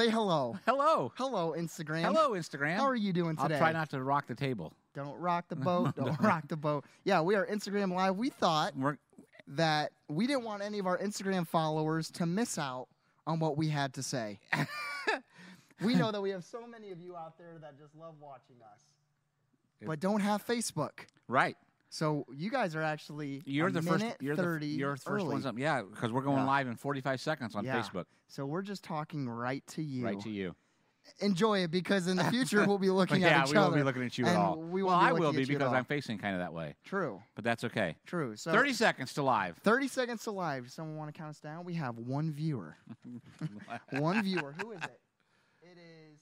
Say hello. Hello. Hello, Instagram. Hello, Instagram. How are you doing today? I'll try not to rock the table. Don't rock the boat. Don't rock the boat. Yeah, we are Instagram Live. We thought We're, that we didn't want any of our Instagram followers to miss out on what we had to say. we know that we have so many of you out there that just love watching us, but don't have Facebook. right. So you guys are actually You're a the first. minute You're the, 30 you're the first early. ones up. Yeah, because we're going Yeah. live in 45 seconds on Yeah. Facebook. So we're just talking right to you. Right to you. Enjoy it because in the future we'll be But looking yeah, at each we won't other. be looking at you at and all. we well, won't be I will looking be at you at because all. I'm facing kind of that way, True, but that's okay. true. So 30 seconds to live. 30 seconds to live. Does someone want to count us down? We have one viewer. one viewer. Who is it? It is.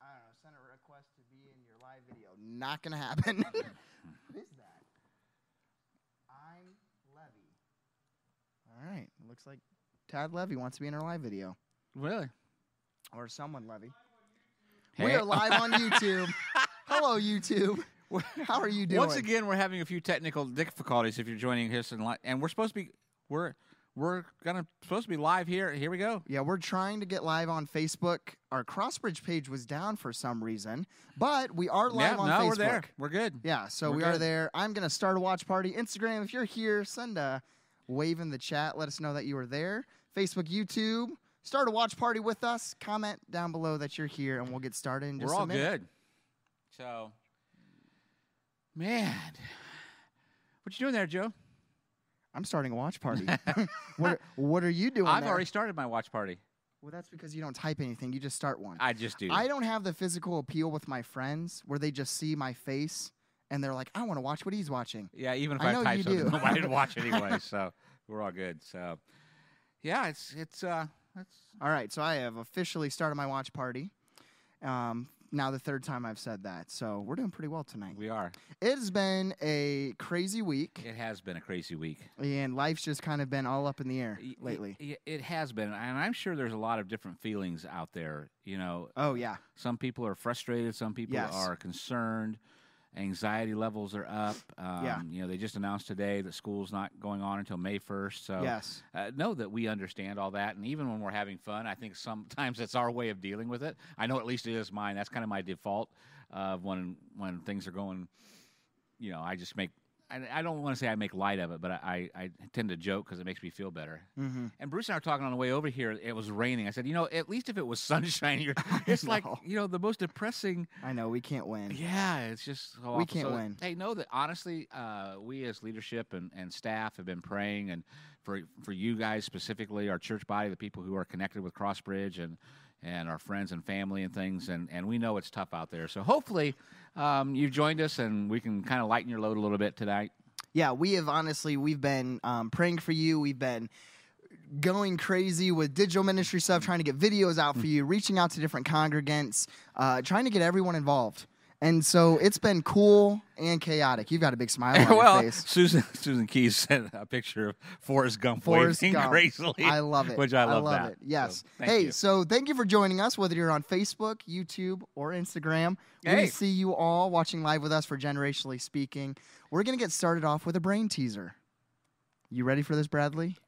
I don't know. Send a request to be in your live video. Not gonna happen. Who is that? I'm Levy. All right. Looks like Tad Levy wants to be in our live video, Really? or someone Levy. We are live on YouTube. Hello, YouTube. How are you doing? Once again, we're having a few technical difficulties. If you're joining us and li- and we're supposed to be we're we're gonna supposed to be live here. Here we go. Yeah, we're trying to get live on Facebook. Our Crossbridge page was down for some reason, but we are live yeah, on no, Facebook. we're there. We're good. Yeah, so We're we are good. there. I'm gonna start a watch party. Instagram, if you're here, send a wave in the chat. Let us know that you are there. Facebook, YouTube, start a watch party with us. Comment down below that you're here, and we'll get started. In just we're a all minute. good. So, man, what you doing there, Joe? I'm starting a watch party. what, what are you doing? I've there? already started my watch party. Well, that's because you don't type anything. You just start one. I just do. I don't have the physical appeal with my friends where they just see my face and they're like, I want to watch what he's watching. yeah, even if I I, know type you something, do. nobody would watch anyway. So we're all good. So, yeah, it's it's uh, it's All right, so I have officially started my watch party. Um, now the third time I've said that, so we're doing pretty well tonight. we are. It has been a crazy week, It has been a crazy week. and life's just kind of been all up in the air Y- y- lately. y- It has been, and I'm sure there's a lot of different feelings out there. You know, Oh yeah, some people are frustrated, some people Yes. are concerned. Anxiety levels are up. Um, Yeah. You know, they just announced today that school's not going on until May 1st. So, yes, uh, know that we understand all that. And even when we're having fun, I think sometimes that's our way of dealing with it. I know at least it is mine. That's kind of my default uh, when when things are going. You know, I just make. I, I don't want to say I make light of it, but I, I, I tend to joke because it makes me feel better. hmm And Bruce and I were talking on the way over here. It was raining. I said, you know, at least if it was sunshine, you're, it's like know. you know the most depressing. I know we can't win. Yeah, it's just so We awful. can't So, win. Hey, know that honestly, uh, we as leadership and, and staff have been praying, and for for you guys specifically, our church body, the people who are connected with Crossbridge and and our friends and family and things, and and we know it's tough out there. So hopefully, um, you've joined us, and we can kind of lighten your load a little bit tonight. Yeah, we have honestly, we've been um, praying for you. We've been going crazy with digital ministry stuff, trying to get videos out for you, reaching out to different congregants, uh, trying to get everyone involved. And so it's been cool and chaotic. You've got a big smile on your well, face. Susan Susan Keys sent a picture of Forrest Gump Forrest waving Gump. crazily. I love it. Which I love, that. it. Yes. So, thank hey, you. so thank you for joining us, whether you're on Facebook, YouTube, or Instagram. We Hey. see you all watching live with us for Generationally Speaking. We're going to get started off with a brain teaser. You ready for this, Bradley?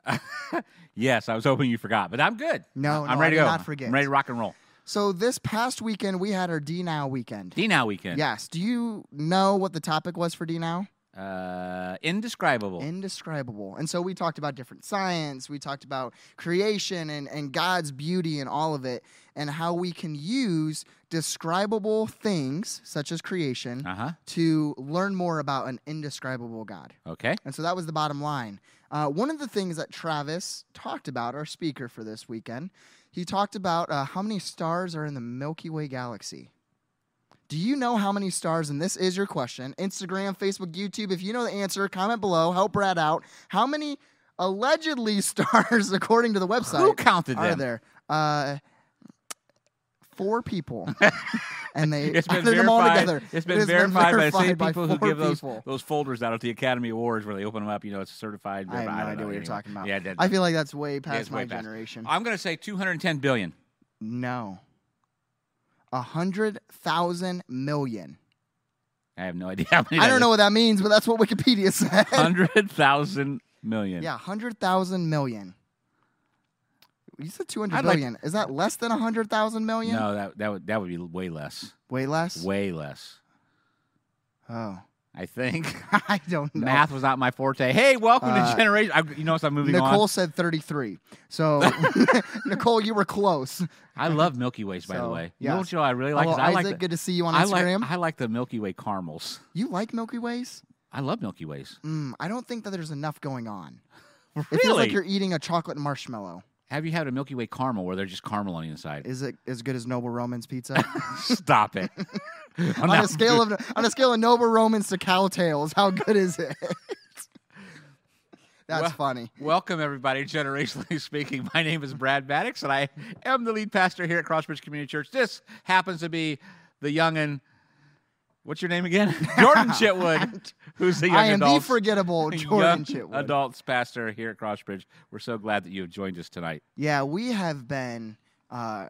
yes, I was hoping you forgot, but I'm good. Oh, No, I'm no, ready I did to go. not forget. I'm ready to rock and roll. So this past weekend we had our D Now weekend. D now weekend. Yes. Do you know what the topic was for D Now? Uh, indescribable. Indescribable. And so we talked about different science, we talked about creation and, and God's beauty and all of it, and how we can use describable things, such as creation, uh huh. to learn more about an indescribable God. Okay. And so that was the bottom line. Uh, one of the things that Travis talked about, our speaker for this weekend, he talked about uh, how many stars are in the Milky Way galaxy. Do you know how many stars? And this is your question Instagram, Facebook, YouTube. If you know the answer, comment below, help Brad out. How many allegedly stars, according to the Who website, counted are them? there? Uh, four people. and they It's been added them all verified. together. It's been It has verified by the same verified by people who four give those people. those folders out at the Academy Awards where they open them up. You know, it's certified. I have verified. no don't idea know what you're anyway. talking about. Yeah, that, I feel like that's way past it's way my past. generation. I'm going to say 210 billion. No. A hundred thousand million. I have no idea how many. I don't know what that means, but that's what Wikipedia said. Hundred thousand million. yeah, hundred thousand million. You said 200 I'd like- billion. Is that less than 100,000 million? No, that that would that would be way less. Way less? Way less. Oh. I think I don't know. math was not my forte. Hey, welcome Uh, to generation. I, you notice I'm moving Nicole on. said 33. So, Nicole, you were close. I love Milky Ways, by the So, way. yes. You know what show I really like? Hello, is I Isaac, like the, good to see you on I Instagram. like I like the Milky Way caramels. you like Milky Ways? I love Milky Ways. Mm, I don't think that there's enough going on. Really? It feels like you're eating a chocolate marshmallow. Have you had a Milky Way caramel where they're just caramel on the inside? Is it as good as Noble Romans pizza? Stop it. on a scale of on a scale of Noble Romans to cowtails, how good is it? That's Well- funny. Welcome, everybody. to Generationally speaking, my name is Brad Maddox, and I am the lead pastor here at Crossbridge Community Church. This happens to be the youngin. What's your name again? Jordan Chitwood, who's the young I am adult. the forgettable Jordan Chitwood. Adults pastor here at Crossbridge. We're so glad that you have joined us tonight. Yeah, we have been uh,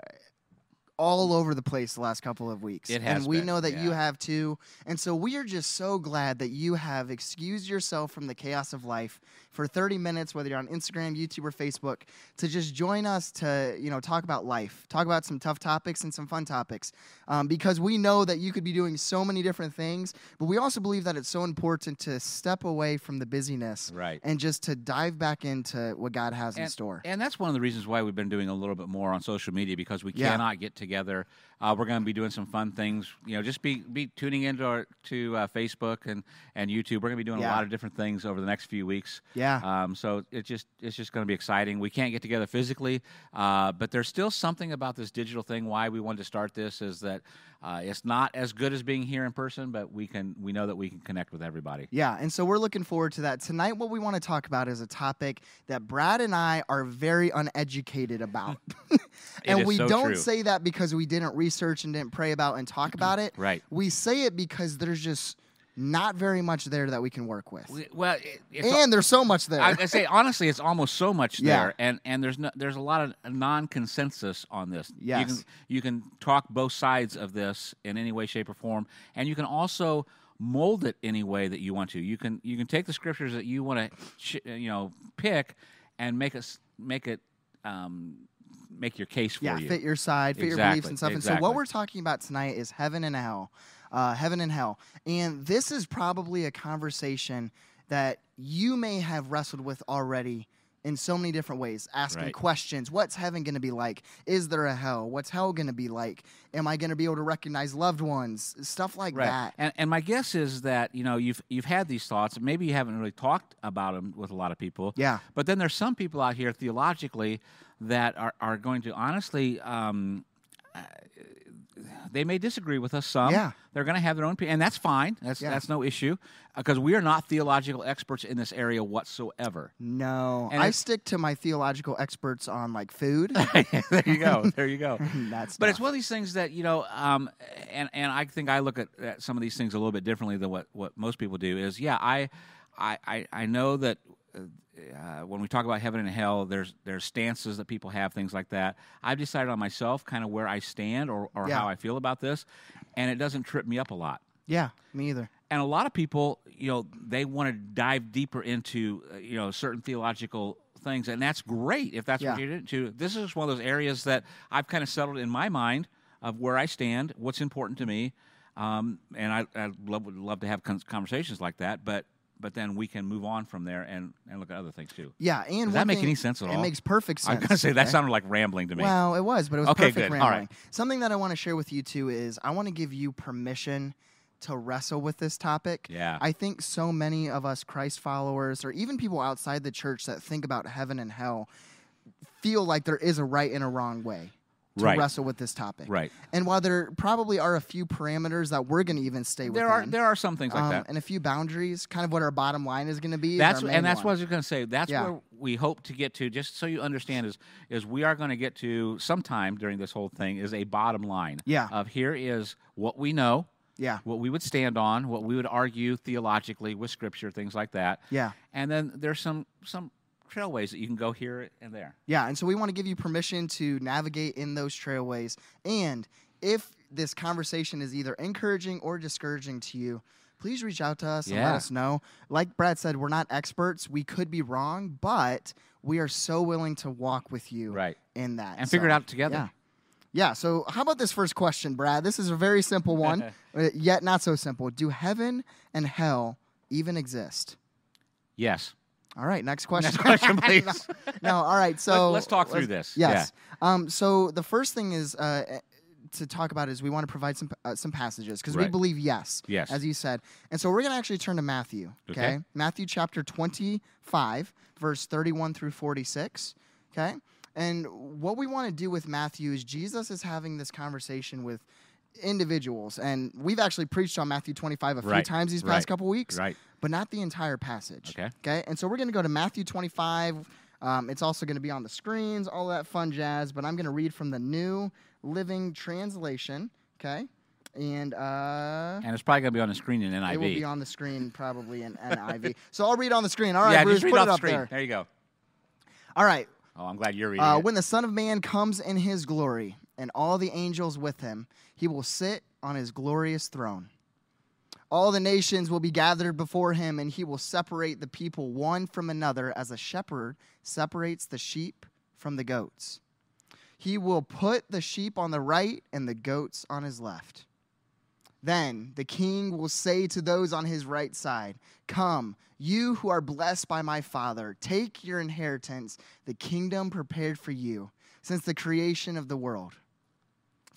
all over the place the last couple of weeks. It has and we been, know that you yeah. have too. And so we are just so glad that you have excused yourself from the chaos of life for 30 minutes, whether you're on Instagram, YouTube, or Facebook, to just join us to, you know, talk about life, talk about some tough topics and some fun topics. Um, because we know that you could be doing so many different things, but we also believe that it's so important to step away from the busyness Right. and just to dive back into what God has in And- store. And that's one of the reasons why we've been doing a little bit more on social media because we Yeah. cannot get together. Uh, we're going to be doing some fun things. You know, just be be tuning into our to uh, Facebook and and YouTube. We're going to be doing Yeah. a lot of different things over the next few weeks. yeah. Um, so it just it's just going to be exciting. We can't get together physically, uh, but there's still something about this digital thing. Why we wanted to start this is that uh, it's not as good as being here in person, but we can we know that we can connect with everybody. Yeah, and so we're looking forward to that. Tonight, what we want to talk about is a topic that Brad and I are very uneducated about. and is we so don't true. say that because we didn't research and didn't pray about and talk about it. Right. We say it because there's just not very much there that we can work with. We- Well, it, it's and there's so much there. I, I say honestly, it's almost so much Yeah. there, and and there's no, there's a lot of non-consensus on this. you Yes. can you can talk both sides of this in any way, shape, or form, and you can also mold it any way that you want to. You can you can take the scriptures that you want to ch- you know pick and make us make it um, make your case for yeah, you. fit your side, fit your beliefs Exactly, and stuff. And so what exactly. we're talking about tonight is heaven and hell, uh, heaven and hell. And this is probably a conversation that you may have wrestled with already in so many different ways, asking Right. questions. What's heaven going to be like? Is there a hell? What's hell going to be like? Am I going to be able to recognize loved ones? Stuff like that. And, and my guess is that you know you've you've had these thoughts. Maybe you haven't really talked about them with a lot of people. Yeah. But then there's some people out here theologically that are are going to honestly. Um, uh, they may disagree with us some. Yeah. They're going to have their own, pe- and that's fine. That's Yeah. that's no issue, because we are not theological experts in this area whatsoever. No, And I it's- stick to my theological experts on like food. there you go. There you go. That's But it's one of these things that you know, um, and and I think I look at, at some of these things a little bit differently than what, what most people do. Is yeah, I I I, I know that uh, uh, when we talk about heaven and hell, there's there's stances that people have, things like that. I've decided on myself kind of where I stand or or Yeah. how I feel about this, and it doesn't trip me up a lot yeah, me either. and a lot of people, you know, they want to dive deeper into, uh, you know, certain theological things, and that's great if that's what Yeah. you're into. This is one of those areas that I've kind of settled in my mind of where I stand, what's important to me, um, and I, I love, would love to have con- conversations like that. But but then we can move on from there and, and look at other things too. Yeah, and Does one that make thing- any sense at It all? makes perfect sense. I'm gonna say that okay? sounded like rambling to me. Well, it was, but it was Okay, perfect good. rambling. All right. Something that I want to share with you too is I want to give you permission to wrestle with this topic. yeah, I think so many of us Christ followers or even people outside the church that think about heaven and hell feel like there is a right and a wrong way to Right. wrestle with this topic. right. And while there probably are a few parameters that we're going to even stay There are within, there are some things like um, that. and a few boundaries, kind of what our bottom line is going to be. is That's our main and that's one. what I was going to say. That's Yeah. where we hope to get to. Just so you understand, is is we are going to get to sometime during this whole thing is a bottom line. Yeah. Of here is what we know, Yeah. what we would stand on, what we would argue theologically with Scripture, things like that. Yeah. And then there's some some trailways that you can go here and there. Yeah, and so we want to give you permission to navigate in those trailways. And if this conversation is either encouraging or discouraging to you, please reach out to us and let Yeah. us know. Like Brad said, we're not experts. We could be wrong, but we are so willing to walk with you Right. in that And So, figure it out together. Yeah. Yeah. So, how about this first question, Brad? This is a very simple one, uh, yet not so simple. Do heaven and hell even exist? Yes. All right. Next question. Next question, please. no. All right. So let's talk through this. Yes. Um, so the first thing is uh, eh, to talk about is we want to provide some uh, some passages because we Right. believe yes, Yes. as you said, and so we're going to actually turn to Matthew. Okay? Okay. Matthew chapter twenty five, verse thirty one through forty six. Okay, and what we want to do with Matthew is Jesus is having this conversation with individuals, and we've actually preached on Matthew twenty five a few Right. times these past Right. couple weeks Right. but not the entire passage. Okay. Okay. And so we're going to go to Matthew 25. Um, it's also going to be on the screens, all that fun jazz. But I'm going to read from the New Living Translation. Okay. And uh, And it's probably going to be on the screen in it will be NIV. on the screen probably in NIV. so I'll read on the screen. All right, yeah, Bruce, just read put off it the up screen. there. you go. All right. Oh, I'm glad you're reading. Uh, it. when the Son of Man comes in his glory and all the angels with him, he will sit on his glorious throne. All the nations will be gathered before him, and he will separate the people one from another as a shepherd separates the sheep from the goats. He will put the sheep on the right and the goats on his left. Then the king will say to those on his right side, Come, you who are blessed by my Father, take your inheritance, the kingdom prepared for you since the creation of the world.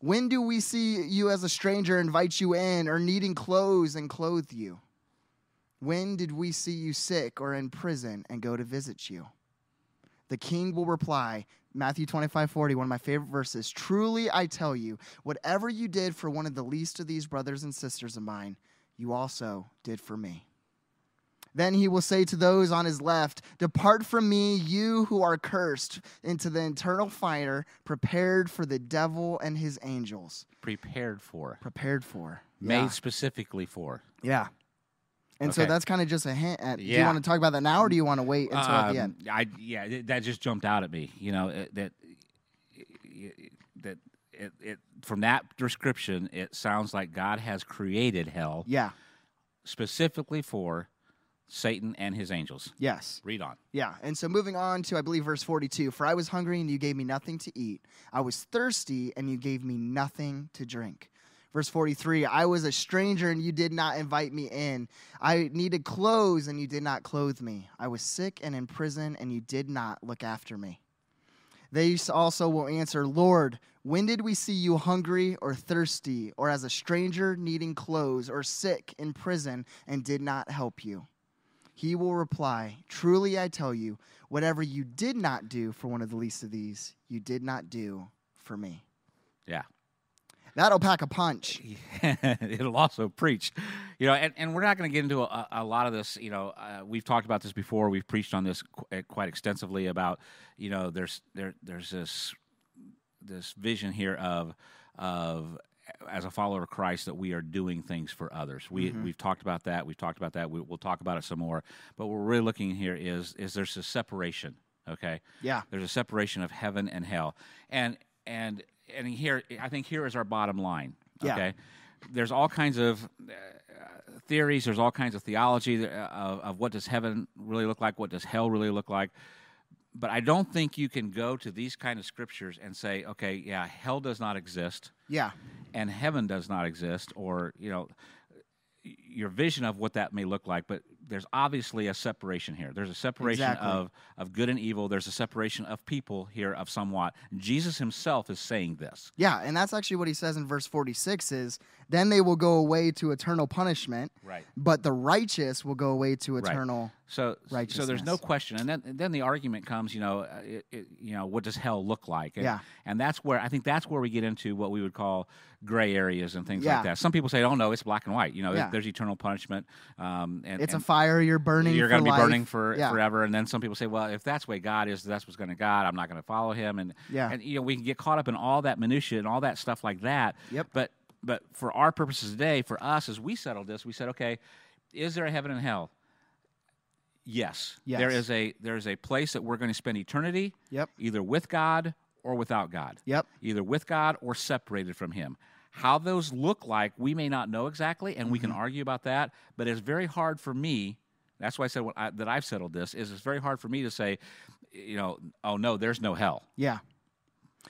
When do we see you as a stranger, invite you in, or needing clothes and clothe you? When did we see you sick or in prison and go to visit you? The king will reply, Matthew 25, 40, one of my favorite verses. Truly I tell you, whatever you did for one of the least of these brothers and sisters of mine, you also did for me. Then he will say to those on his left, Depart from me, you who are cursed, into the eternal fire prepared for the devil and his angels. Prepared for. Prepared for. Made specifically for. Yeah. And so Okay. that's kind of just a hint at do you Yeah. want to talk about that now or do you want to wait until at the Um, end? I yeah, th- that just jumped out at me. You know uh, that that it, it from that description, it sounds like God has created hell Yeah. specifically for Satan and his angels. Yes. Read on. Yeah. And so moving on to, I believe, verse 42 For I was hungry and you gave me nothing to eat. I was thirsty and you gave me nothing to drink. Verse 43 I was a stranger and you did not invite me in. I needed clothes and you did not clothe me. I was sick and in prison and you did not look after me. They also will answer, Lord, when did we see you hungry or thirsty, or as a stranger needing clothes, or sick in prison, and did not help you? He will reply, Truly I tell you, whatever you did not do for one of the least of these, you did not do for me. Yeah. That'll pack a punch. it'll also preach you know and, and we're not going to get into a, a lot of this you know uh, we've talked about this before we've preached on this qu- uh, quite extensively about you know there's there there's this this vision here of of as a follower of Christ that we are doing things for others. We we've talked about that. We've talked about that. We, we'll talk about it some more. But what we're really looking here is is there's a separation. Okay. Yeah. There's a separation of heaven and hell. And and and here I think here is our bottom line. Yeah. Okay. There's all kinds of uh, theories. There's all kinds of theology that- uh, of, of what does heaven really look like, what does hell really look like. But I don't think you can go to these kind of scriptures and say, okay, yeah, hell does not exist Yeah. and heaven does not exist, or you know, your vision of what that may look like. But there's obviously a separation here. There's a separation Exactly. of of good and evil. There's a separation of people here of somewhat. Jesus himself is saying this. Yeah, and that's actually what he says in verse 46 is then they will go away to eternal punishment, Right. but the righteous will go away to eternal. So, so there's no Righteousness. question, and then and then the argument comes, you know, uh, it, it, you know, what does hell look like? And, Yeah. and that's where I think that's where we get into what we would call gray areas and things Yeah. like that. Some people say, oh no, it's black and white. You know, Yeah. there's eternal punishment. Um, and It's a and- fire you're burning. You're going to be burning for Yeah. forever. And then some people say, well, if that's the way God is, that's what's going to God. I'm not going to follow Him. And Yeah. and you know we can get caught up in all that minutia and all that stuff like that. Yep. But but for our purposes today, for us as we settled this, we said, okay, is there a heaven and hell? Yes. There Yes. is a there is a place that we're going to spend eternity. Yep. Either with God or without God. Yep. Either with God or separated from Him. How those look like, we may not know exactly, and we Mm-hmm. can argue about that. But it's very hard for me. That's why I said what I, that I've settled this is it's very hard for me to say, you know, oh no, there's no hell. Yeah.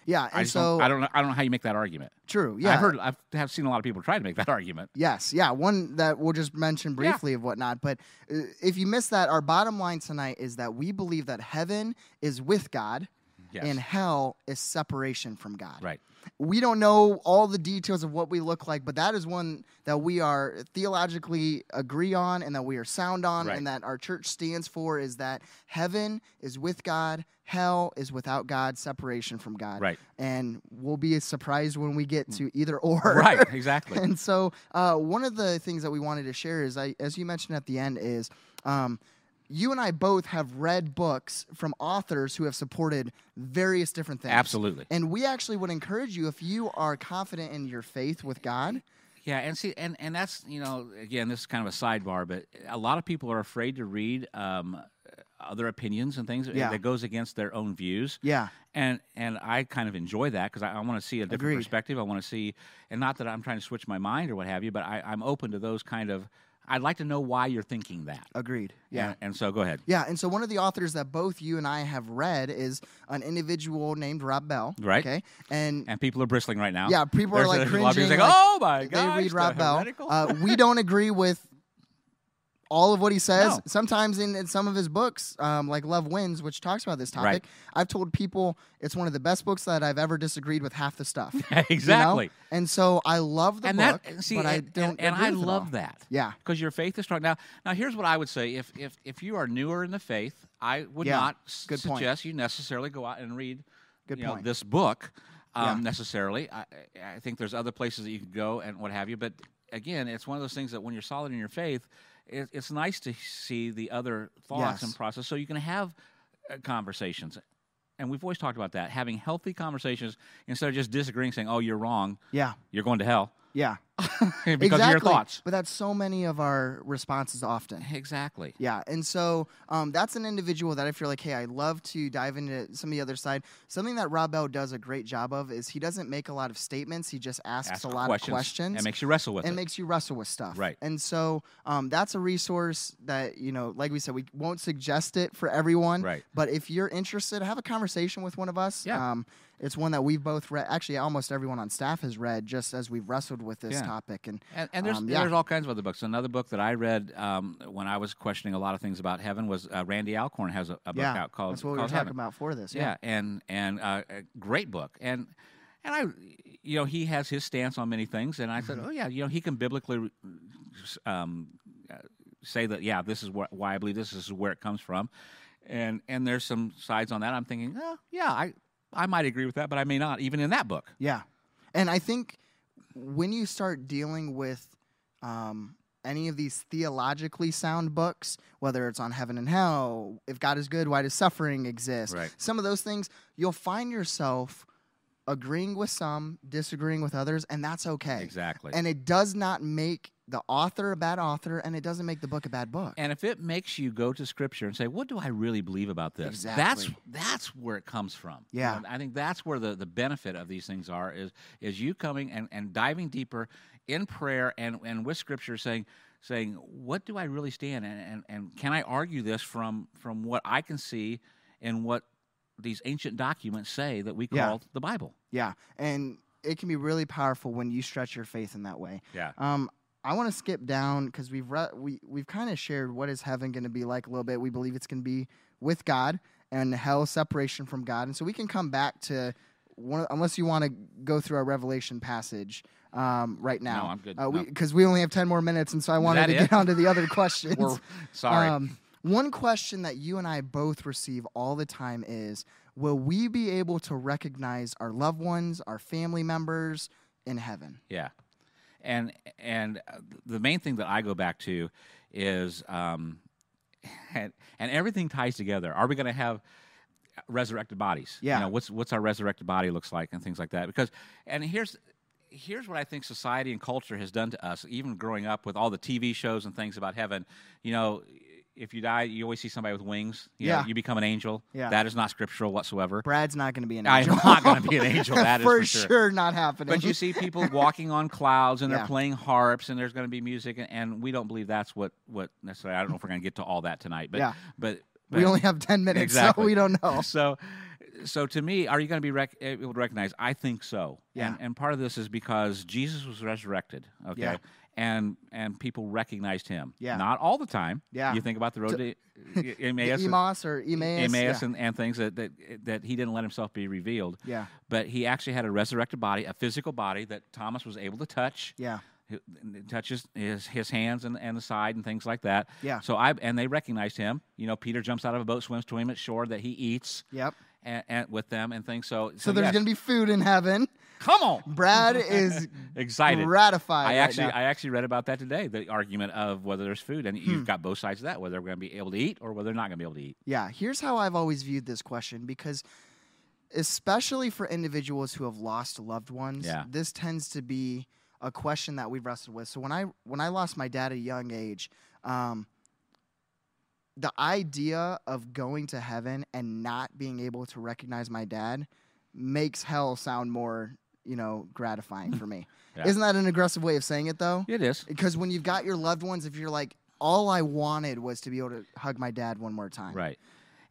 Yeah. I And just don't, so I don't know. I don't know how you make that argument. true. Yeah. I've heard. I've have seen a lot of people try to make that argument. Yes, yeah, one that we'll just mention Yeah. briefly of whatnot. But uh, if you missed that, our bottom line tonight is that we believe that heaven is with God Yes. and hell is separation from God. right. We don't know all the details of what we look like, but that is one that we are theologically agree on and that we are sound on Right. and that our church stands for is that heaven is with God, hell is without God, separation from God. Right. Mm. And we'll be surprised when we get to either or. Right. Exactly. And so, uh, one of the things that we wanted to share is, I, as you mentioned at the end, is um, you and I both have read books from authors who have supported various different things. Absolutely. And we actually would encourage you if you are confident in your faith with God. Yeah, and see, and and that's you know, again, this is kind of a sidebar, but a lot of people are afraid to read um, other opinions and things Yeah. that goes against their own views. Yeah. And and I kind of enjoy that because I, I want to see a different Agreed. perspective. I want to see, and not that I'm trying to switch my mind or what have you, but I, I'm open to those kind of. I'd like to know why you're thinking that. Agreed. Yeah. And, and so go ahead. Yeah, and so one of the authors that both you and I have read is an individual named Rob Bell. Right. Okay. And And people are bristling right now. Yeah, people are, There's like, a, lot of people cringing, saying, like, "Oh my they god!" read Rob Bell. Uh, we don't agree with all of what he says. No. Sometimes in, in some of his books, um, like Love Wins, which talks about this topic, Right. I've told people it's one of the best books that I've ever disagreed with half the stuff. you know? exactly. And so I love the and book, that see, but and, I don't. and, and agree I with it love all. that. Yeah. because your faith is strong. Now, now here's what I would say: if if if you are newer in the faith, I would Yeah, not s- good point. suggest you necessarily go out and read Good you know, point. this book um, Yeah. necessarily. I, I- I think there's other places that you can go and what have you. But again, it's one of those things that when you're solid in your faith, it, it's nice to see the other thoughts Yes. and process, so you can have uh, conversations. And we've always talked about that: having healthy conversations instead of just disagreeing, saying, "Oh, you're wrong. Yeah. You're going to hell," Yeah. because exactly. of your thoughts. But that's so many of our responses often. Exactly. Yeah, and so um, that's an individual that I feel like, hey, I love to dive into some of the other side. Something that Rob Bell does a great job of is he doesn't make a lot of statements. He just asks Ask a lot questions, of questions and makes you wrestle with and it. makes you wrestle with stuff. Right. And so um, that's a resource that you know, like we said, we won't suggest it for everyone. Right. But if you're interested, have a conversation with one of us. Yeah. Um, it's one that we've both read. Actually, almost everyone on staff has read, just as we've wrestled with this Yeah. topic. And And, and there's Um, yeah. there's all kinds of other books. Another book that I read um, when I was questioning a lot of things about heaven was uh, Randy Alcorn has a, a book yeah, out called that's what we called were talking Heaven. about for this. Yeah, and and uh, a great book. And and I, you know, he has his stance on many things. And I said, Mm-hmm. oh yeah, you know, he can biblically um, uh, say that. Yeah, this is wh- why I believe this, this is where it comes from. And and there's some sides on that. I'm thinking, oh yeah, I I might agree with that, but I may not. Even in that book, Yeah. And I think when you start dealing with um, any of these theologically sound books, whether it's on heaven and hell, if God is good, why does suffering exist? Right. Some of those things, you'll find yourself agreeing with some, disagreeing with others, and that's okay. exactly. And it does not make the author a bad author, and it doesn't make the book a bad book. And if it makes you go to scripture and say, "What do I really believe about this?" That's Exactly. that's where it comes from. You Yeah. know, I think that's where the, the benefit of these things are is is you coming and, and diving deeper in prayer and, and with scripture saying saying, "What do I really stand and, and and can I argue this from from what I can see and what these ancient documents say that we call Yeah. the Bible?" yeah. And it can be really powerful when you stretch your faith in that way. Yeah. Um, I want to skip down because we've re- we we've kind of shared what is heaven going to be like a little bit. We believe it's going to be with God and hell separation from God, and so we can come back to one. of- Unless you want to go through our Revelation passage um, right now, I'm good. because uh, No. we, 'cause we only have ten more minutes, and so I wanted that to it? get on to the other questions. We're, sorry. Um, one question that you and I both receive all the time is Will we be able to recognize our loved ones, our family members in heaven? Yeah, and and uh, the main thing that I go back to is um, and, and everything ties together. Are we going to have uh, resurrected bodies? Yeah. You know, what's what's our resurrected body looks like and things like that. Because and here's here's what I think society and culture has done to us. Even growing up with all the TV shows and things about heaven, you know, if you die, you always see somebody with wings. You know, Yeah. you become an angel. Yeah. That is not scriptural whatsoever. Brad's not going to be an I'm angel. not going to be an angel. That is for, for sure. not happening. but you see people walking on clouds and they're Yeah. playing harps and there's going to be music and, and we don't believe that's what what necessarily. I don't know if we're going to get to all that tonight, but Yeah. but, but we only have ten minutes, Exactly. so we don't know. so so to me, are you going to be rec- able to recognize? I think so. Yeah. And, and part of this is because Jesus was resurrected. Okay. Yeah. And and people recognized him. Yeah. Not all the time. Yeah. You think about the road to, to Emmaus, and- Emas or Emmaus. Emmaus yeah. and, and things that, that that he didn't let himself be revealed yeah, but he actually had a resurrected body, a physical body that Thomas was able to touch. yeah, He- It touches his his hands and, and the side and things like that. Yeah. So I and they recognized him. You know, Peter jumps out of a boat, swims to him at shore that he eats yep. and, and with them and things. So So there's yes. going to be food in heaven. come on, Brad is excited. gratified. I right actually now. I actually read about that today. The argument of whether there's food and Hmm. you've got both sides of that, whether they're going to be able to eat or whether they're not going to be able to eat. yeah. Here's how I've always viewed this question because, especially for individuals who have lost loved ones, Yeah. this tends to be a question that we've wrestled with. So when I when I lost my dad at a young age, um, the idea of going to heaven and not being able to recognize my dad makes hell sound more you know gratifying for me. Yeah. Isn't that an aggressive way of saying it though? It is. Because when you've got your loved ones, if you're like, all I wanted was to be able to hug my dad one more time. Right.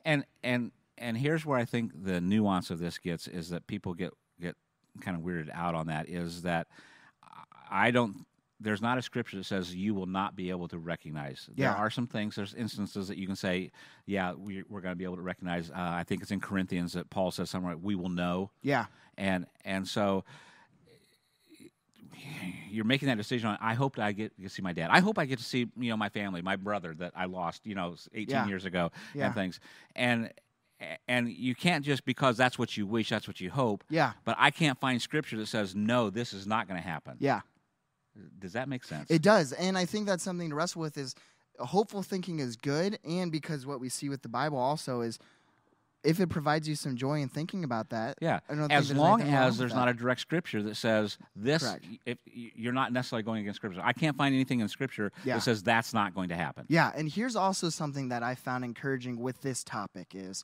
And and and here's where I think the nuance of this gets is that people get get kind of weirded out on that is that I don't there's not a scripture that says you will not be able to recognize. Yeah. There are some things. There's instances that you can say, yeah, we, we're going to be able to recognize. Uh, I think it's in Corinthians that Paul says somewhere, we will know, Yeah. and and so you're making that decision on. I hope that I get to see my dad. I hope I get to see you know my family, my brother that I lost, you know, 18 Yeah. years ago, Yeah. and things. And and you can't just because that's what you wish, that's what you hope. Yeah. But I can't find scripture that says no, this is not going to happen. Yeah. Does that make sense? It does. And I think that's something to wrestle with is hopeful thinking is good. And because what we see with the Bible also is if it provides you some joy in thinking about that. yeah. I don't think As there's long anything wrong as with there's that. not a direct scripture that says this, Correct. if you're not necessarily going against scripture. I can't find anything in scripture Yeah. that says that's not going to happen. Yeah, and here's also something that I found encouraging with this topic is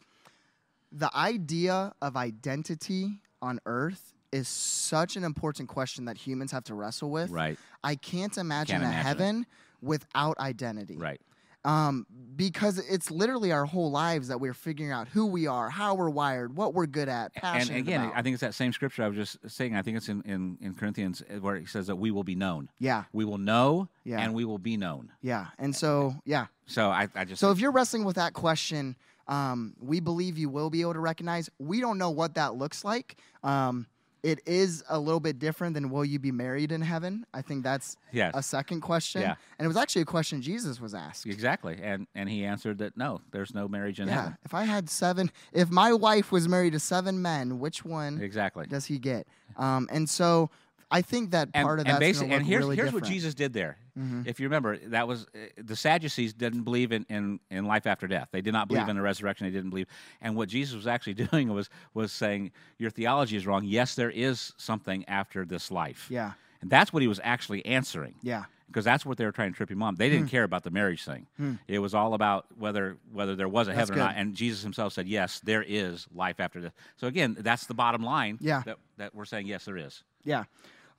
the idea of identity on earth is such an important question that humans have to wrestle with. Right. I can't imagine Can't a imagine it. heaven without identity. Right. Um, because it's literally our whole lives that we're figuring out who we are, how we're wired, what we're good at, and passionate again, about. I think it's that same scripture I was just saying. I think it's in, in, in Corinthians uh, where it says that we will be known. yeah, We will know Yeah. and we will be known. yeah. And so, yeah. So I, I just So if you're wrestling with that question, um, we believe you will be able to recognize. We don't know what that looks like. Um, it is a little bit different than will you be married in heaven? I think that's yes, a second question. Yeah. And it was actually a question Jesus was asked. exactly. And and he answered that no, there's no marriage in Yeah. heaven. If I had seven, if my wife was married to seven men, which one Exactly. does he get? Um, and so I think that And, part of and that's basi- gonna and look here's really here's different. what Jesus did there. Mhm. If you remember, that was uh, the Sadducees didn't believe in, in, in life after death. They did not believe Yeah. in the resurrection. They didn't believe. And what Jesus was actually doing was was saying your theology is wrong. Yes, there is something after this life. Yeah. And that's what he was actually answering. Yeah. because that's what they were trying to trip him on. They didn't Hmm. care about the marriage thing. It was all about whether whether there was a That's heaven or not. good. And Jesus himself said, "Yes, there is life after this." So again, that's the bottom line. Yeah. that, that we're saying yes, there is. Yeah.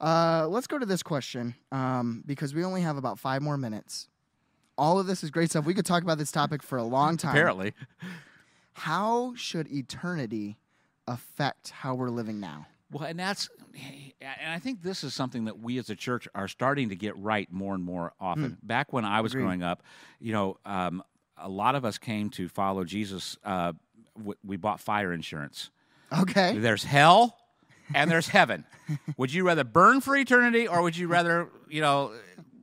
Uh, let's go to this question um, because we only have about five more minutes. All of this is great stuff. We could talk about this topic for a long time. Apparently, How should eternity affect how we're living now? well, and that's and I think this is something that we as a church are starting to get right more and more often. Back when I was Hmm. Agreed. growing up, you know, um, a lot of us came to follow Jesus. Uh, w- we bought fire insurance. Okay. There's hell and there's heaven. would you rather burn for eternity or would you rather, you know,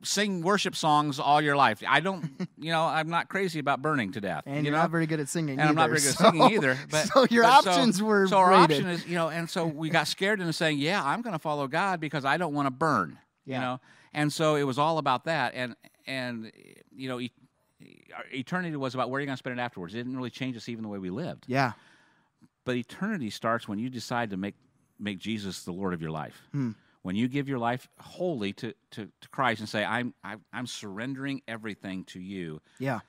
sing worship songs all your life? I don't, you know, I'm not crazy about burning to death. And you you're know? not very good at singing and either. I'm not very good so, at singing either. But, so your but options were So our rated. option is, you know, and so we got scared into saying, yeah, I'm going to follow God because I don't want to burn, Yeah. you know? And so it was all about that. And, and, you know, e- eternity was about where you're going to spend it afterwards. It didn't really change us even the way we lived. Yeah. But eternity starts when you decide to make make Jesus the Lord of your life. Hmm. When you give your life wholly to, to, to Christ and say, I'm, I'm, I'm surrendering everything to you, Yeah.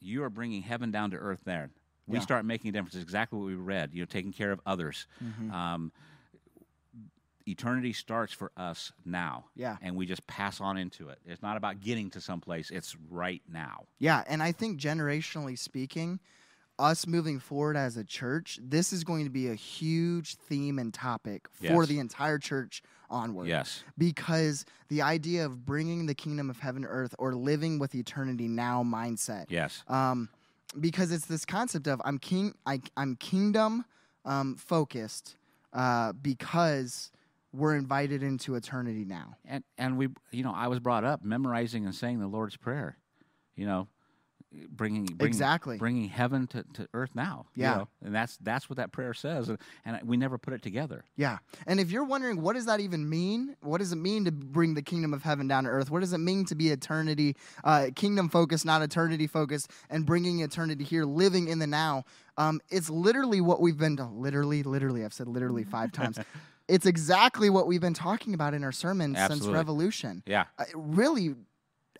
you are bringing heaven down to earth there. We Yeah. start making differences, exactly what we read, you know, taking care of others. Mhm. Um, eternity starts for us now. Yeah. And we just pass on into it. It's not about getting to someplace, it's right now. Yeah, and I think generationally speaking, us moving forward as a church, this is going to be a huge theme and topic for Yes. the entire church onward. Yes. Because the idea of bringing the kingdom of heaven to earth or living with eternity now mindset. Yes. Um, because it's this concept of I'm king, I, I'm kingdom um, focused uh, because we're invited into eternity now. and and we you know i was brought up memorizing and saying the lord's prayer you know bringing, bringing Exactly. bringing heaven to, to earth now you Yeah. know? and that's that's what that prayer says and, and we never put it together Yeah. And if you're wondering what does that even mean? What does it mean to bring the kingdom of heaven down to earth? What does it mean to be eternity uh, kingdom focused, not eternity focused and bringing eternity here, living in the now? Um, it's literally what we've been to literally literally I've said literally 5 times. It's exactly what we've been talking about in our sermons since Absolutely. revolution yeah uh, really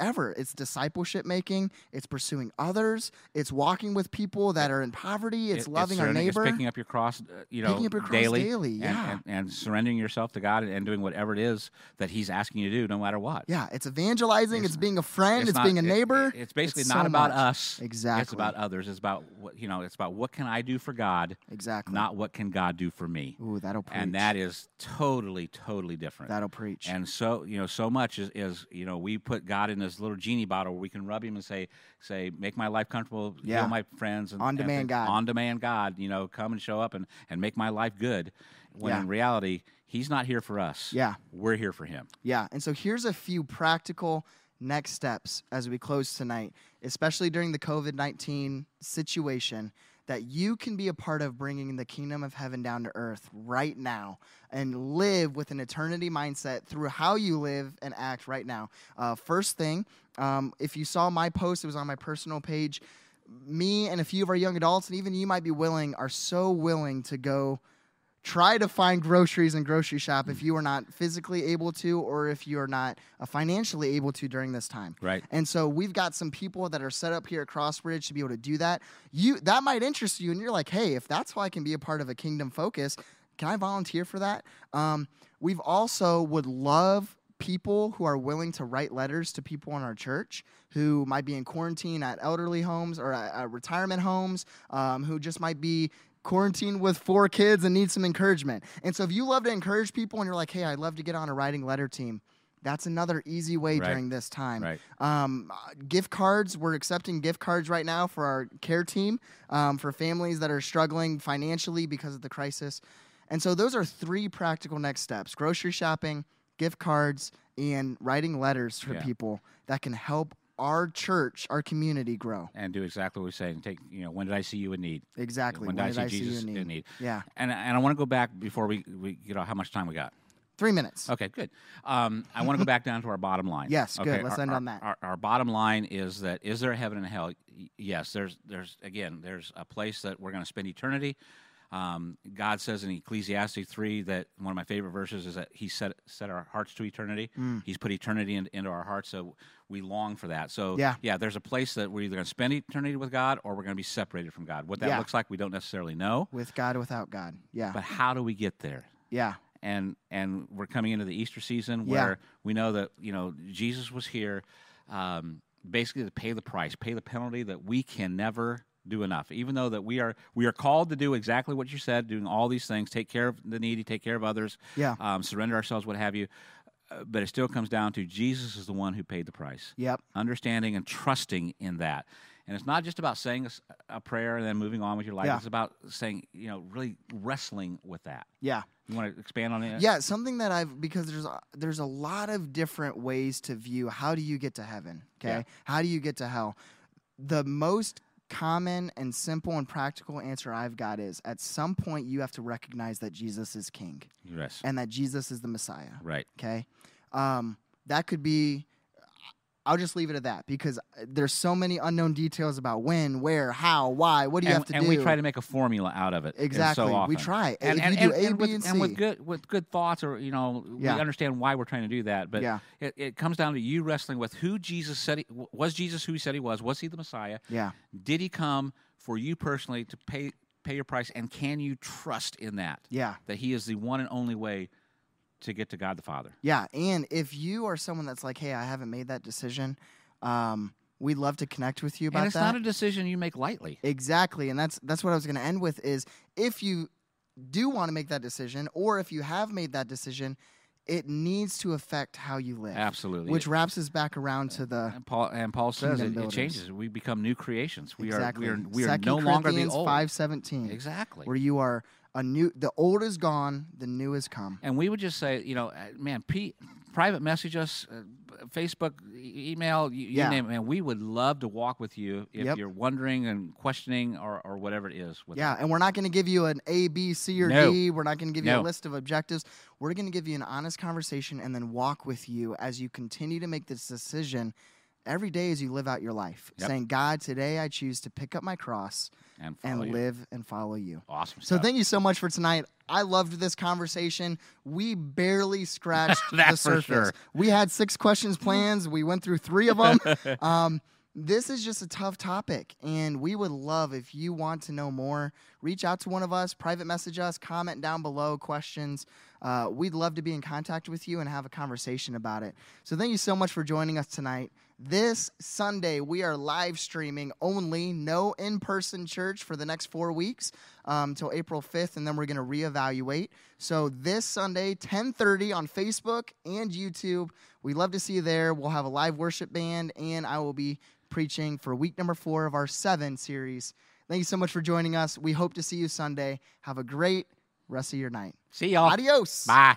ever. It's discipleship making, it's pursuing others, it's walking with people that are in poverty, it's It- loving our surrendering- it's neighbor. picking up your cross uh, you know Picking up your cross daily, daily, and- yeah. and, and, surrendering yourself to god and, and doing whatever it is that he's asking you to do no matter what yeah, it's evangelizing, it's, It's- being a friend, it's, not- being a it- neighbor. it- it's basically It's not so about much. us Exactly. it's about others it's about what you know it's about what can i do for god exactly. not what can god do for me Ooh, that'll preach. and that is totally totally different that'll preach. and so you know so much is, is you know we put god in this little genie bottle where we can rub him and say say make my life comfortable Yeah. heal my friends and On and demand things. God. on demand god you know come and show up and and make my life good when Yeah. in reality he's not here for us yeah, we're here for him yeah. And so here's a few practical next steps as we close tonight, especially during the COVID-19 situation that you can be a part of bringing the kingdom of heaven down to earth right now and live with an eternity mindset through how you live and act right now. Uh, first thing, um, if you saw my post, it was on my personal page. Me and a few of our young adults, and even you might be willing, are so willing to go try to find groceries and grocery shop if you are not physically able to or if you are not uh, financially able to during this time. right And so we've got some people that are set up here at Crossbridge to be able to do that. You that might interest you, and you're like, hey, if that's how I can be a part of a Kingdom Focus, can I volunteer for that? Um, we've also would love people who are willing to write letters to people in our church who might be in quarantine at elderly homes or at, at retirement homes, um, who just might be quarantined with four kids and need some encouragement. And so if you love to encourage people and you're like, hey, I'd love to get on a writing letter team. That's another easy way Right. during this time. right Um, uh, gift cards. We're accepting gift cards right now for our care team um, for families that are struggling financially because of the crisis. And so, those are three practical next steps grocery shopping, gift cards, and writing letters for Yeah. people that can help our church, our community grow. and do exactly what we say and take you know when did i see you in need Exactly. when, When did I see jesus you in need? need Yeah. and, and i want to go back before we, we you know how much time we got Three minutes. Okay, good. Um, I want to go back down to our bottom line. Yes, good. Okay, Let's our- end our- on that. Our, our bottom line is that is there heaven and hell? Y- Yes, there's there's again there's a place that we're going to spend eternity. Um, God says in Ecclesiastes three that one of my favorite verses is that He set set our hearts to eternity. Mm. He's put eternity in, into our hearts, so we long for that. So Yeah. there's a place that we're either going to spend eternity with God or we're going to be separated from God. What that Yeah. looks like, we don't necessarily know. With God, without God. Yeah. But how do we get there? yeah. and and we're coming into the Easter season Yeah. where we know that you know Jesus was here, um, basically to pay the price, pay the penalty that we can never do enough. Even though that we are we are called to do exactly what you said, doing all these things, take care of the needy, take care of others, Yeah. um, surrender ourselves, what have you. Uh, But it still comes down to Jesus is the one who paid the price Yep. understanding and trusting in that. And it's not just about saying a, s- a prayer and then moving on with your life. Yeah. It's about saying, you know, really wrestling with that. Yeah. You want to expand on it? yeah something that i've because there's a, there's a lot of different ways to view how do you get to heaven okay Yeah. how do you get to hell the most common and simple and practical answer i've got is at some point you have to recognize that jesus is king Yes. and that jesus is the messiah Right. okay um, that could be I'll just leave it at that because uh, there's so many unknown details about when, where, how, why. What do you and, have to and do? we try to make a formula out of it. and exactly. So often. we try. And, if and, you do and, A, and B, with, and C. and with good with good thoughts, or you know, Yeah. we understand why we're trying to do that. But yeah, it, it comes down to you wrestling with who Jesus said he w- was. Jesus who he said he was. Was he the Messiah? yeah, Did he come for you personally to pay pay your price? And can you trust in that yeah, that he is the one and only way to get to God the Father? yeah. And if you are someone that's like, hey, I haven't made that decision, um, we'd love to connect with you about and it's that. not a decision you make lightly. Exactly, and that's that's what I was going to end with is if you do want to make that decision or if you have made that decision, it needs to affect how you live. Absolutely. Which wraps us back around to the and Paul and Paul says Kingdom it, it builders. changes. We become new creations. We exactly. are we are we are Second no longer the Corinthians old. 5:17 Exactly. where you are a new the old is gone, the new is come. and we would just say, you know, uh, man, Pete, private message us, uh, Facebook, e- email, you, Yeah. you name it, man. We would love to walk with you if Yep. you're wondering and questioning or, or whatever it is. With Yeah, and we're not going to give you an A, B, C, or No. D. We're not going to give you No. a list of objectives. We're going to give you an honest conversation and then walk with you as you continue to make this decision every day as you live out your life, Yep. saying, God, today I choose to pick up my cross and and follow you. live and follow you. Awesome. So stuff. thank you so much for tonight. I loved this conversation. We barely scratched the That's for surface. sure. We had six questions plans. We went through three of them. um, this is just a tough topic, and we would love if you want to know more. Reach out to one of us, private message us, comment down below questions. Uh, we'd love to be in contact with you and have a conversation about it. So thank you so much for joining us tonight. This Sunday, we are live streaming only, no in person church for the next four weeks um, till April 5th, and then we're going to reevaluate. So this Sunday, 10:30 on Facebook and YouTube. We love to see you there. We'll have a live worship band, and I will be preaching for week number four of our seven series. Thank you so much for joining us. We hope to see you Sunday. Have a great rest of your night. See y'all. Adios. Bye.